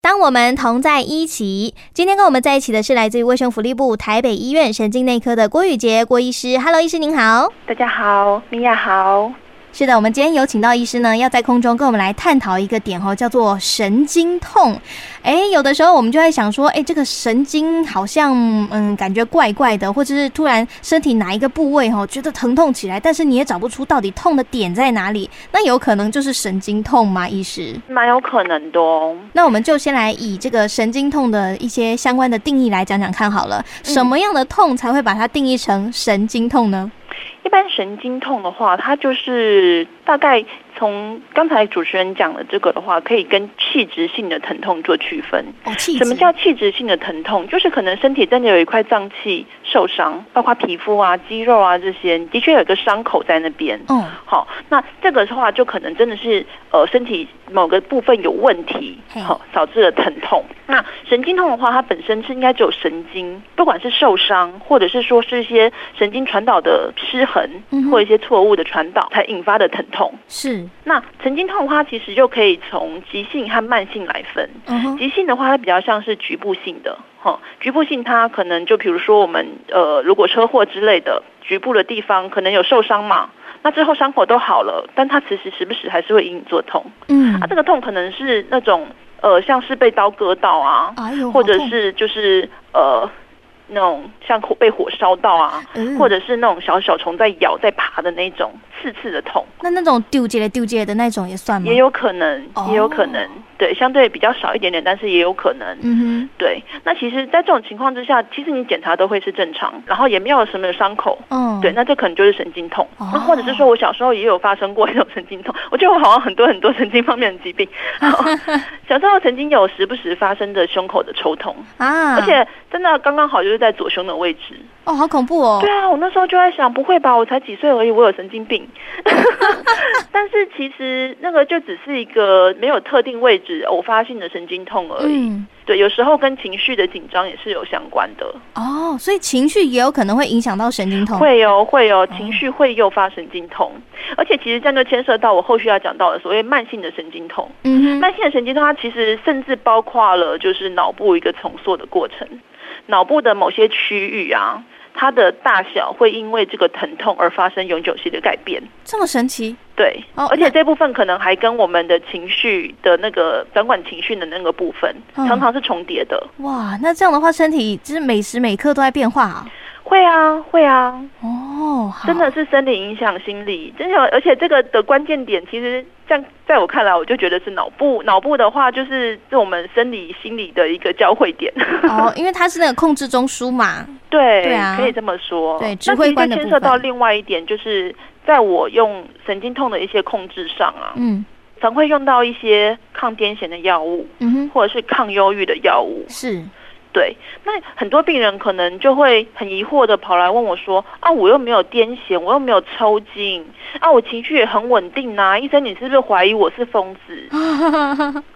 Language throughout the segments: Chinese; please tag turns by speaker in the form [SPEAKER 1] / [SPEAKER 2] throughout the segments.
[SPEAKER 1] 当我们同在一起。今天跟我们在一起的是来自于卫生福利部台北医院神经内科的郭宇杰郭医师。Hello，医师您好。
[SPEAKER 2] 大家好，米娅好。
[SPEAKER 1] 是的，我们今天有请到医师呢，要在空中跟我们来探讨一个点哦，叫做神经痛。哎，有的时候我们就会想说，哎，这个神经好像嗯，感觉怪怪的，或者是突然身体哪一个部位哦，觉得疼痛起来，但是你也找不出到底痛的点在哪里，那有可能就是神经痛吗？医师？
[SPEAKER 2] 蛮有可能的哦。
[SPEAKER 1] 那我们就先来以这个神经痛的一些相关的定义来讲讲看好了，
[SPEAKER 2] 嗯
[SPEAKER 1] 什么样的痛才会把它定义成神经痛呢？
[SPEAKER 2] 一般神经痛的话，它就是大概从刚才主持人讲的这个的话，可以跟器质性的疼痛做区分。
[SPEAKER 1] 哦，气质
[SPEAKER 2] 什么叫器质性的疼痛？就是可能身体真的有一块脏器受伤，包括皮肤啊、肌肉啊这些，的确有一个伤口在那边。
[SPEAKER 1] 嗯，
[SPEAKER 2] 好，那这个的话，就可能真的是呃身体某个部分有问题，
[SPEAKER 1] 嘿
[SPEAKER 2] 好、导致了疼痛。那神经痛的话，它本身是应该只有神经，不管是受伤，或者是说是一些神经传导的失衡，
[SPEAKER 1] 嗯哼
[SPEAKER 2] 或一些错误的传导才引发的疼痛。
[SPEAKER 1] 是，
[SPEAKER 2] 那神经痛的话，其实就可以从急性和慢性来分。
[SPEAKER 1] 嗯哼，
[SPEAKER 2] 急性的话，它比较像是局部性的，哈、局部性它可能就比如说我们呃，如果车祸之类的，局部的地方可能有受伤嘛，那之后伤口都好了，但它其实时不时还是会隐隐作痛，
[SPEAKER 1] 嗯
[SPEAKER 2] 啊，，这个痛可能是那种呃，像是被刀割到啊，
[SPEAKER 1] 哎呦，
[SPEAKER 2] 或者
[SPEAKER 1] 好痛
[SPEAKER 2] 是就是呃那种像火被火烧到啊，
[SPEAKER 1] 嗯
[SPEAKER 2] 或者是那种小小虫在咬在爬的那种刺刺的痛。
[SPEAKER 1] 那那种丢结的丢结的那种也算吗？
[SPEAKER 2] 也，有可能，也有可能
[SPEAKER 1] 嗯哦，
[SPEAKER 2] 对，相对比较少一点点，但是也有可能。
[SPEAKER 1] 嗯
[SPEAKER 2] 对，那其实，在这种情况之下，其实你检查都会是正常，然后也没有什么伤口。
[SPEAKER 1] 哼，嗯，
[SPEAKER 2] 对，，那这可能就是神经痛，
[SPEAKER 1] 哦
[SPEAKER 2] 那或者是说我小时候也有发生过一种 神经痛，我觉得我好像很多很多神经方面的 疾病。小时候曾经有时不时发生的胸口的抽痛，
[SPEAKER 1] 啊，
[SPEAKER 2] 而且真的刚刚好就是在左胸的位置。
[SPEAKER 1] 哦，好恐怖哦
[SPEAKER 2] 对，啊，我那时候就在想，不会吧，我才几岁而已，我有神经 病。但是其实那个就只是一个没有特定位置偶发性的神经痛而已。
[SPEAKER 1] 嗯，
[SPEAKER 2] 对，有时候跟情绪的紧张也是有相关的，
[SPEAKER 1] 哦，所以情绪也有可能会影响到神经痛，
[SPEAKER 2] 会哦，会哦，情绪会诱发神经痛，而且其实这样就牵涉到我后续要讲到的所谓慢性的神经痛。
[SPEAKER 1] 嗯哼，
[SPEAKER 2] 慢性的神经痛，它其实甚至包括了就是脑部一个重塑的过程，脑部的某些区域啊，它的大小会因为这个疼痛而发生永久性的改变。
[SPEAKER 1] 这么神奇，
[SPEAKER 2] 对，
[SPEAKER 1] 哦
[SPEAKER 2] 而
[SPEAKER 1] 那
[SPEAKER 2] 且这部分可能还跟我们的情绪的那个掌管情绪的那个部分，
[SPEAKER 1] 嗯
[SPEAKER 2] 常常是重叠的。
[SPEAKER 1] 哇，那这样的话，身体就是每时每刻都在变化啊，
[SPEAKER 2] 会啊，会啊，
[SPEAKER 1] 哦，好
[SPEAKER 2] 真的，是生理影响心理，真的，而且这个的关键点，其实这样在我看来，我就觉得是脑部，脑部的话就是是我们生理心理的一个交汇点。
[SPEAKER 1] 哦，因为它是那个控制中枢嘛，
[SPEAKER 2] 对，
[SPEAKER 1] 对啊
[SPEAKER 2] 可以这么说。
[SPEAKER 1] 对
[SPEAKER 2] 那
[SPEAKER 1] 指挥官
[SPEAKER 2] 其
[SPEAKER 1] 的
[SPEAKER 2] 实
[SPEAKER 1] 部分
[SPEAKER 2] 就牵涉到另外一点，就是在我用神经痛的一些控制上啊，
[SPEAKER 1] 嗯
[SPEAKER 2] 常会用到一些抗癫痫的药物，
[SPEAKER 1] 嗯哼，
[SPEAKER 2] 或者是抗忧郁的药物。
[SPEAKER 1] 是，
[SPEAKER 2] 对，那很多病人可能就会很疑惑的跑来问我说：“啊，我又没有癫痫，我又没有抽筋，啊，我情绪也很稳定啊，医生，你是不是怀疑我是疯子？”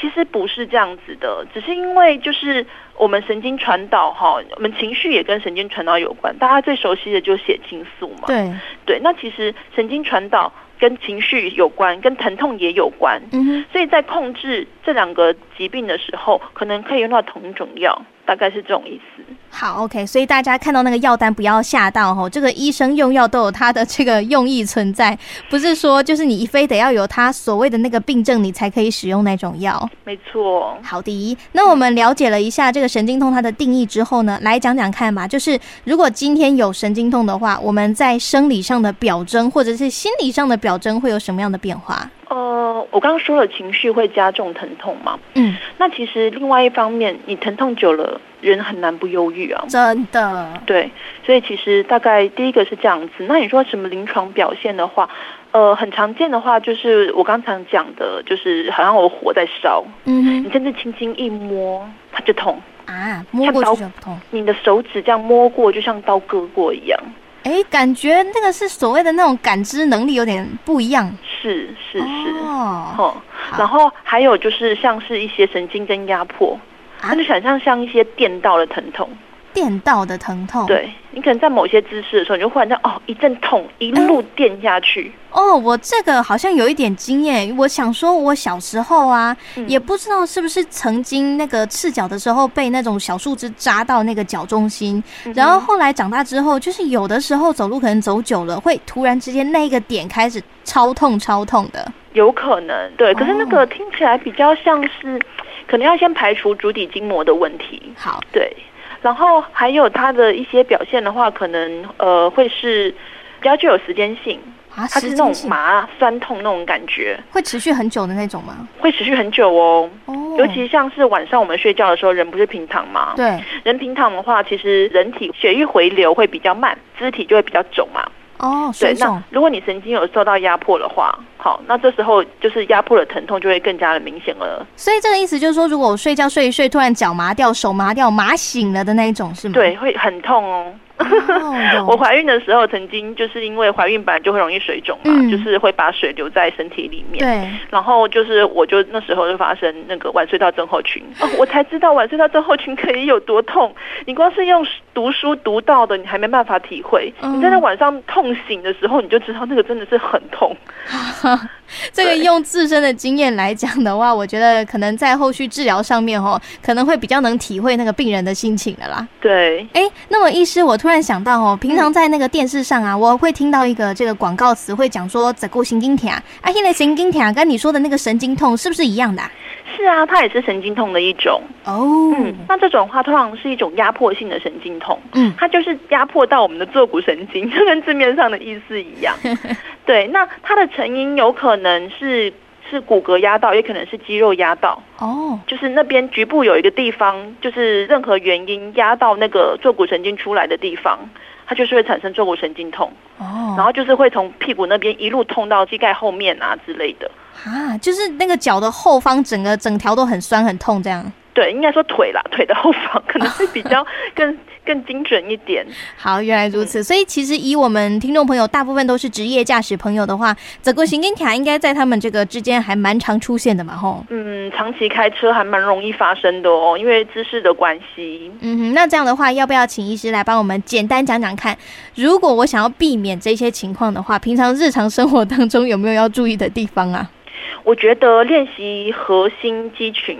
[SPEAKER 2] 其实不是这样子的，只是因为就是我们神经传导哈，我们情绪也跟神经传导有关。大家最熟悉的就是血清素嘛，
[SPEAKER 1] 对，
[SPEAKER 2] 对那其实神经传导跟情绪有关，跟疼痛也有关。
[SPEAKER 1] 嗯哼，
[SPEAKER 2] 所以在控制这两个疾病的时候，可能可以用到同一种药，大概是这种意思。
[SPEAKER 1] 好，OK，所以大家看到那个药单不要吓到哦，这个医生用药都有他的这个用意存在，不是说就是你非得要有他所谓的那个病症你才可以使用那种药。
[SPEAKER 2] 没错，
[SPEAKER 1] 好的，那我们了解了一下这个神经痛它的定义之后呢，来讲讲看吧。就是如果今天有神经痛的话，我们在生理上的表征或者是心理上的表征会有什么样的变化？
[SPEAKER 2] 呃，我刚刚说了情绪会加重疼痛嘛，
[SPEAKER 1] 嗯，
[SPEAKER 2] 那其实另外一方面，你疼痛久了，人很难不忧郁啊。
[SPEAKER 1] 真的，
[SPEAKER 2] 对，所以其实大概第一个是这样子。那你说什么临床表现的话，呃，很常见的话就是我刚才讲的，就是好像我火在烧，
[SPEAKER 1] 嗯
[SPEAKER 2] 你甚至轻轻一摸它就痛，
[SPEAKER 1] 哼啊，摸过去就不痛。
[SPEAKER 2] 你的手指这样摸过就像刀割过一样。
[SPEAKER 1] 哎，感觉那个是所谓的那种感知能力有点不一样。
[SPEAKER 2] 是是是，
[SPEAKER 1] 哦，
[SPEAKER 2] 哦，然后还有就是像是一些神经根压迫，
[SPEAKER 1] 啊
[SPEAKER 2] 它就想象像一些电到的疼痛，
[SPEAKER 1] 电到的疼痛。，
[SPEAKER 2] 对你可能在某些姿势的时候，你就忽然间哦一阵痛，一路电下去。
[SPEAKER 1] 哦，我这个好像有一点经验。我想说，我小时候啊，
[SPEAKER 2] 嗯
[SPEAKER 1] 也不知道是不是曾经那个赤脚的时候被那种小树枝扎到那个脚中心，
[SPEAKER 2] 嗯哼
[SPEAKER 1] 然后后来长大之后，就是有的时候走路可能走久了，会突然之间那一个点开始超痛超痛的。
[SPEAKER 2] 有可能对，可是那
[SPEAKER 1] 哦
[SPEAKER 2] 个听起来比较像是，可能要先排除足底筋膜的问题。
[SPEAKER 1] 好，
[SPEAKER 2] 对，然后还有它的一些表现的话，可能呃会是比较具有时间性，
[SPEAKER 1] 啊，
[SPEAKER 2] 它是
[SPEAKER 1] 时
[SPEAKER 2] 那
[SPEAKER 1] 间
[SPEAKER 2] 种
[SPEAKER 1] 性
[SPEAKER 2] 麻酸痛那种感觉，
[SPEAKER 1] 会持续很久的那种吗？
[SPEAKER 2] 会持续很久哦。
[SPEAKER 1] 哦，
[SPEAKER 2] 尤其像是晚上我们睡觉的时候，人不是平躺吗？
[SPEAKER 1] 对
[SPEAKER 2] 人平躺的话，其实人体血液回流会比较慢，肢体就会比较肿嘛。
[SPEAKER 1] 哦，
[SPEAKER 2] 对
[SPEAKER 1] 水，肿
[SPEAKER 2] 那如果你神经有受到压迫的话，好，那这时候就是压迫的疼痛就会更加的明显了。
[SPEAKER 1] 所以这个意思就是说，如果我睡觉睡一睡，突然脚麻掉、手麻掉、麻醒了的那一种，是吗？
[SPEAKER 2] 对，会很痛哦。
[SPEAKER 1] 哦，有
[SPEAKER 2] 我怀孕的时候，曾经就是因为怀孕本来就会容易水肿嘛，
[SPEAKER 1] 嗯
[SPEAKER 2] 就是会把水留在身体里面。
[SPEAKER 1] 对，
[SPEAKER 2] 然后就是，我就那时候就发生那个晚睡到症候群、哦，我才知道晚睡到症候群可以有多痛。你光是用读书读到的，你还没办法体会。
[SPEAKER 1] 嗯
[SPEAKER 2] 你在那晚上痛醒的时候，你就知道那个真的是很痛。
[SPEAKER 1] 这个
[SPEAKER 2] 对
[SPEAKER 1] 用自身的经验来讲的话，我觉得可能在后续治疗上面哦，可能会比较能体会那个病人的心情的啦。
[SPEAKER 2] 对，
[SPEAKER 1] 诶，那么医师，我突然想到哦，平常在那个电视上啊，我会听到一个这个广告词，会讲说“这个神经疼”，啊，现在神经疼跟你说的那个神经痛是不是一样的、啊？
[SPEAKER 2] 是啊，它也是神经痛的一种。
[SPEAKER 1] 哦，
[SPEAKER 2] 嗯，那这种话通常是一种压迫性的神经痛，
[SPEAKER 1] 嗯
[SPEAKER 2] 它就是压迫到我们的坐骨神经，就跟字面上的意思一 样。对，那它的成因有可能是是骨骼压到，也可能是肌肉压到，
[SPEAKER 1] 哦，
[SPEAKER 2] 就是那边局部有一个地方，就是任何原因压到那个坐骨神经出来的地方。它就是会产生坐骨神经痛，然
[SPEAKER 1] 哦，
[SPEAKER 2] 后就是会从屁股那边一路痛到膝盖后面啊之类的。
[SPEAKER 1] 啊，就是那个脚的后方，整个整条都很酸很痛这样。
[SPEAKER 2] 对，应该说腿啦，腿的后方可能会比较 更更精准一点。
[SPEAKER 1] 好，原来如此。所以其实以我们听众朋友大部分都是职业驾驶朋友的话，整个行跟卡应该在他们这个之间还蛮常出现的嘛，吼。
[SPEAKER 2] 嗯，长期开车还蛮容易发生的哦，因为姿势的关系。
[SPEAKER 1] 嗯哼，那这样的话，要不要请医师来帮我们简单讲讲看？如果我想要避免这些情况的话，平常日常生活当中有没有要注意的地方啊？
[SPEAKER 2] 我觉得练习核心肌群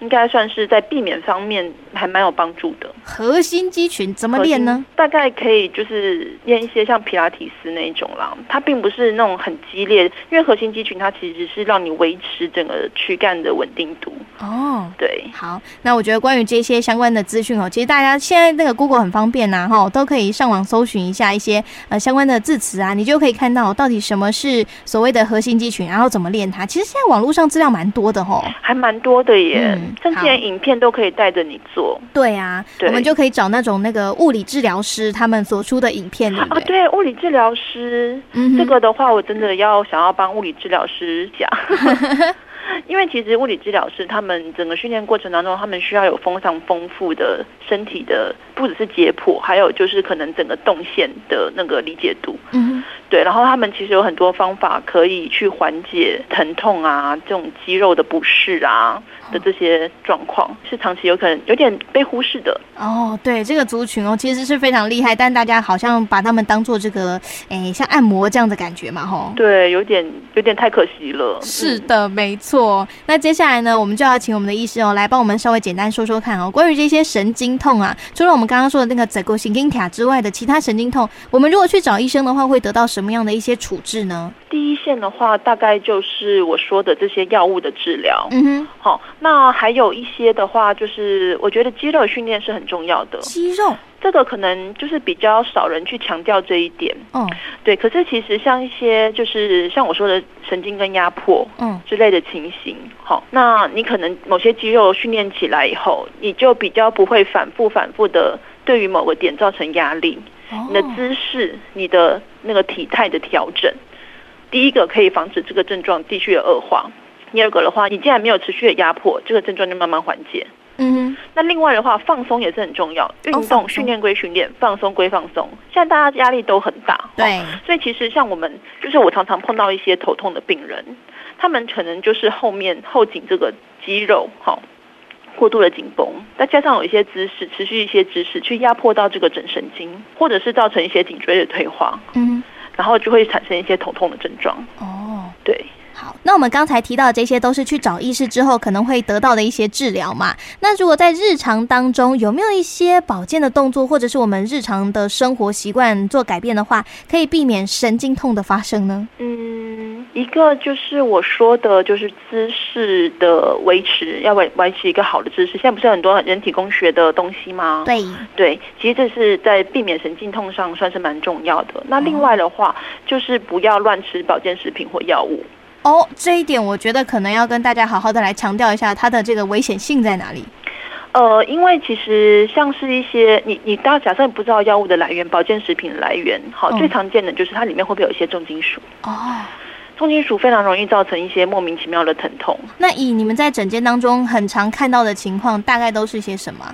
[SPEAKER 2] 应该算是在避免方面还蛮有帮助的。
[SPEAKER 1] 核心肌群怎么
[SPEAKER 2] 核心
[SPEAKER 1] 练呢？？
[SPEAKER 2] 大概可以就是练一些像皮拉提斯那一种啦，它并不是那种很激烈，因为核心肌群它其实是让你维持整个躯干的稳定度。
[SPEAKER 1] 哦。
[SPEAKER 2] 对，
[SPEAKER 1] 好，那我觉得关于这些相关的资讯哦，其实大家现在那个 Google 很方便呐、哈，都可以上网搜寻一下一些呃相关的字词啊，你就可以看到到底什么是所谓的核心肌群，然后怎么练它。其实现在网络上资料蛮多的哦吼。
[SPEAKER 2] 还蛮多的耶，
[SPEAKER 1] 嗯
[SPEAKER 2] 甚至
[SPEAKER 1] 好
[SPEAKER 2] 连影片都可以带着你做。
[SPEAKER 1] 对啊，
[SPEAKER 2] 对
[SPEAKER 1] 我们就可以找那种那个物理治疗师他们所出的影片，对不
[SPEAKER 2] 啊，
[SPEAKER 1] 嗯对？
[SPEAKER 2] 对，物理治疗师，
[SPEAKER 1] 嗯哼
[SPEAKER 2] 这个的话，我真的要想要帮物理治疗师 讲，因为其实物理治疗师他们整个训练过程当中，他们需要有非常丰富的身体的，不只是解剖，还有就是可能整个动线的那个理解度。
[SPEAKER 1] 嗯
[SPEAKER 2] 对，然后他们其实有很多方法可以去缓解疼痛啊，这种肌肉的不适啊
[SPEAKER 1] 哦
[SPEAKER 2] 的这些状况，是长期有可能有点被忽视的。
[SPEAKER 1] 哼，哦，对，这个族群哦，其实是非常厉害，但大家好像把他们当做这个，诶，像按摩这样的感觉嘛，吼。
[SPEAKER 2] 对，有点有点太可惜了。
[SPEAKER 1] 是
[SPEAKER 2] 嗯
[SPEAKER 1] 的，没错。那接下来呢，我们就要请我们的医师哦，来帮我们稍微简单说说看哦，关于这些神经痛啊，除了我们刚刚说的那个子宫神经卡之外的其他神经痛，我们如果去找医生的话，会得到什么样的一些处置呢？
[SPEAKER 2] 第一线的话，大概就是我说的这些药物的治疗。
[SPEAKER 1] 嗯
[SPEAKER 2] 好、那还有一些的话，就是我觉得肌肉训练是很重要的
[SPEAKER 1] 哼，，肌肉，
[SPEAKER 2] 这个可能就是比较少人去强调这一点。
[SPEAKER 1] 哦，
[SPEAKER 2] 对，可是其实像一些就是像我说的神经跟压迫。
[SPEAKER 1] 嗯，
[SPEAKER 2] 之类的情形，好、那你可能某些肌肉训练起来以后，你就比较不会反复反复的对于某个点造成压力，
[SPEAKER 1] 哦
[SPEAKER 2] 你的姿势、你的那个体态的调整，第一个可以防止这个症状继续的恶化。第二个的话，你既然没有持续的压迫，这个症状就慢慢缓解。
[SPEAKER 1] 嗯
[SPEAKER 2] 那另外的话，放松也是很重要，运
[SPEAKER 1] 哦放
[SPEAKER 2] 动、
[SPEAKER 1] 松
[SPEAKER 2] 训练归训练，放松归放松。现在大家压力都很大，
[SPEAKER 1] 哼，对，
[SPEAKER 2] 所以其实像我们，就是我常常碰到一些头痛的病人，他们可能就是后面后颈这个肌肉，哈、过度的紧绷，再加上有一些姿势，持续一些姿势去压迫到这个枕神经，或者是造成一些颈椎的退化，
[SPEAKER 1] 嗯，
[SPEAKER 2] 然后就会产生一些头痛的症状。
[SPEAKER 1] 哦，
[SPEAKER 2] 对，
[SPEAKER 1] 好，那我们刚才提到的这些都是去找医师之后可能会得到的一些治疗嘛？那如果在日常当中有没有一些保健的动作，或者是我们日常的生活习惯做改变的话，可以避免神经痛的发生呢？
[SPEAKER 2] 嗯，一个就是我说的，就是姿势的维持，要维维持一个好的姿势。现在不是很多人体工学的东西吗？
[SPEAKER 1] 对，
[SPEAKER 2] 对，其实这是在避免神经痛上算是蛮重要的。那
[SPEAKER 1] 哦
[SPEAKER 2] 另外的话，就是不要乱吃保健食品或药物。
[SPEAKER 1] 哦，这一点我觉得可能要跟大家好好的来强调一下它的这个危险性在哪里。
[SPEAKER 2] 呃，因为其实像是一些你你大家假设你不知道药物的来源，保健食品的来源，好，
[SPEAKER 1] 嗯
[SPEAKER 2] 最常见的就是它里面会不会有一些重金属？
[SPEAKER 1] 哦，
[SPEAKER 2] 重金属非常容易造成一些莫名其妙的疼痛。
[SPEAKER 1] 那以你们在诊间当中很常看到的情况，大概都是些什么？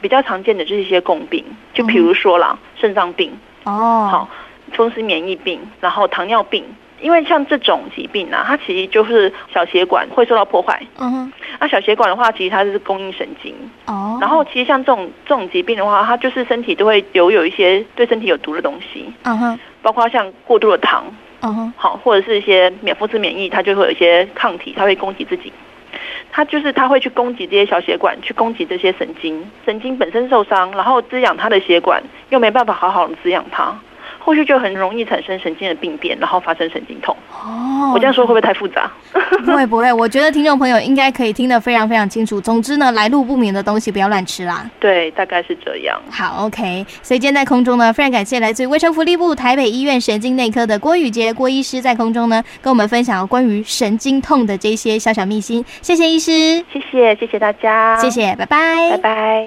[SPEAKER 2] 比较常见的就是一些共病，就比
[SPEAKER 1] 嗯
[SPEAKER 2] 如说啦，肾脏病、
[SPEAKER 1] 哦，
[SPEAKER 2] 好，风湿免疫病，然后糖尿病。因为像这种疾病啊，它其实就是小血管会受到破坏。
[SPEAKER 1] 嗯哼，
[SPEAKER 2] 那小血管的话，其实它是供应神经。
[SPEAKER 1] 哦，
[SPEAKER 2] 然后，其实像这种这种疾病的话，它就是身体都会留有一些对身体有毒的东西，
[SPEAKER 1] 嗯哼，
[SPEAKER 2] 包括像过度的糖，
[SPEAKER 1] 嗯哼，
[SPEAKER 2] 好，或者是一些免风湿免疫，它就会有一些抗体，它会攻击自己。它就是它会去攻击这些小血管，去攻击这些神经，神经本身受伤，然后滋养它的血管，又没办法好好的滋养它，后续就很容易产生神经的病变，然后发生神经痛。
[SPEAKER 1] 哦，
[SPEAKER 2] 我这样说会不会太复杂？
[SPEAKER 1] 不会不会，我觉得听众朋友应该可以听得非常非常清楚。总之呢，来路不明的东西不要乱吃啦。
[SPEAKER 2] 对，大概是这样。
[SPEAKER 1] 好，OK。所以今天在空中呢，非常感谢来自于卫生福利部台北医院神经内科的郭宇杰郭医师在空中呢，跟我们分享关于神经痛的这些小小秘辛。谢谢医师，
[SPEAKER 2] 谢谢，谢谢大家，
[SPEAKER 1] 谢，谢，拜
[SPEAKER 2] 拜拜。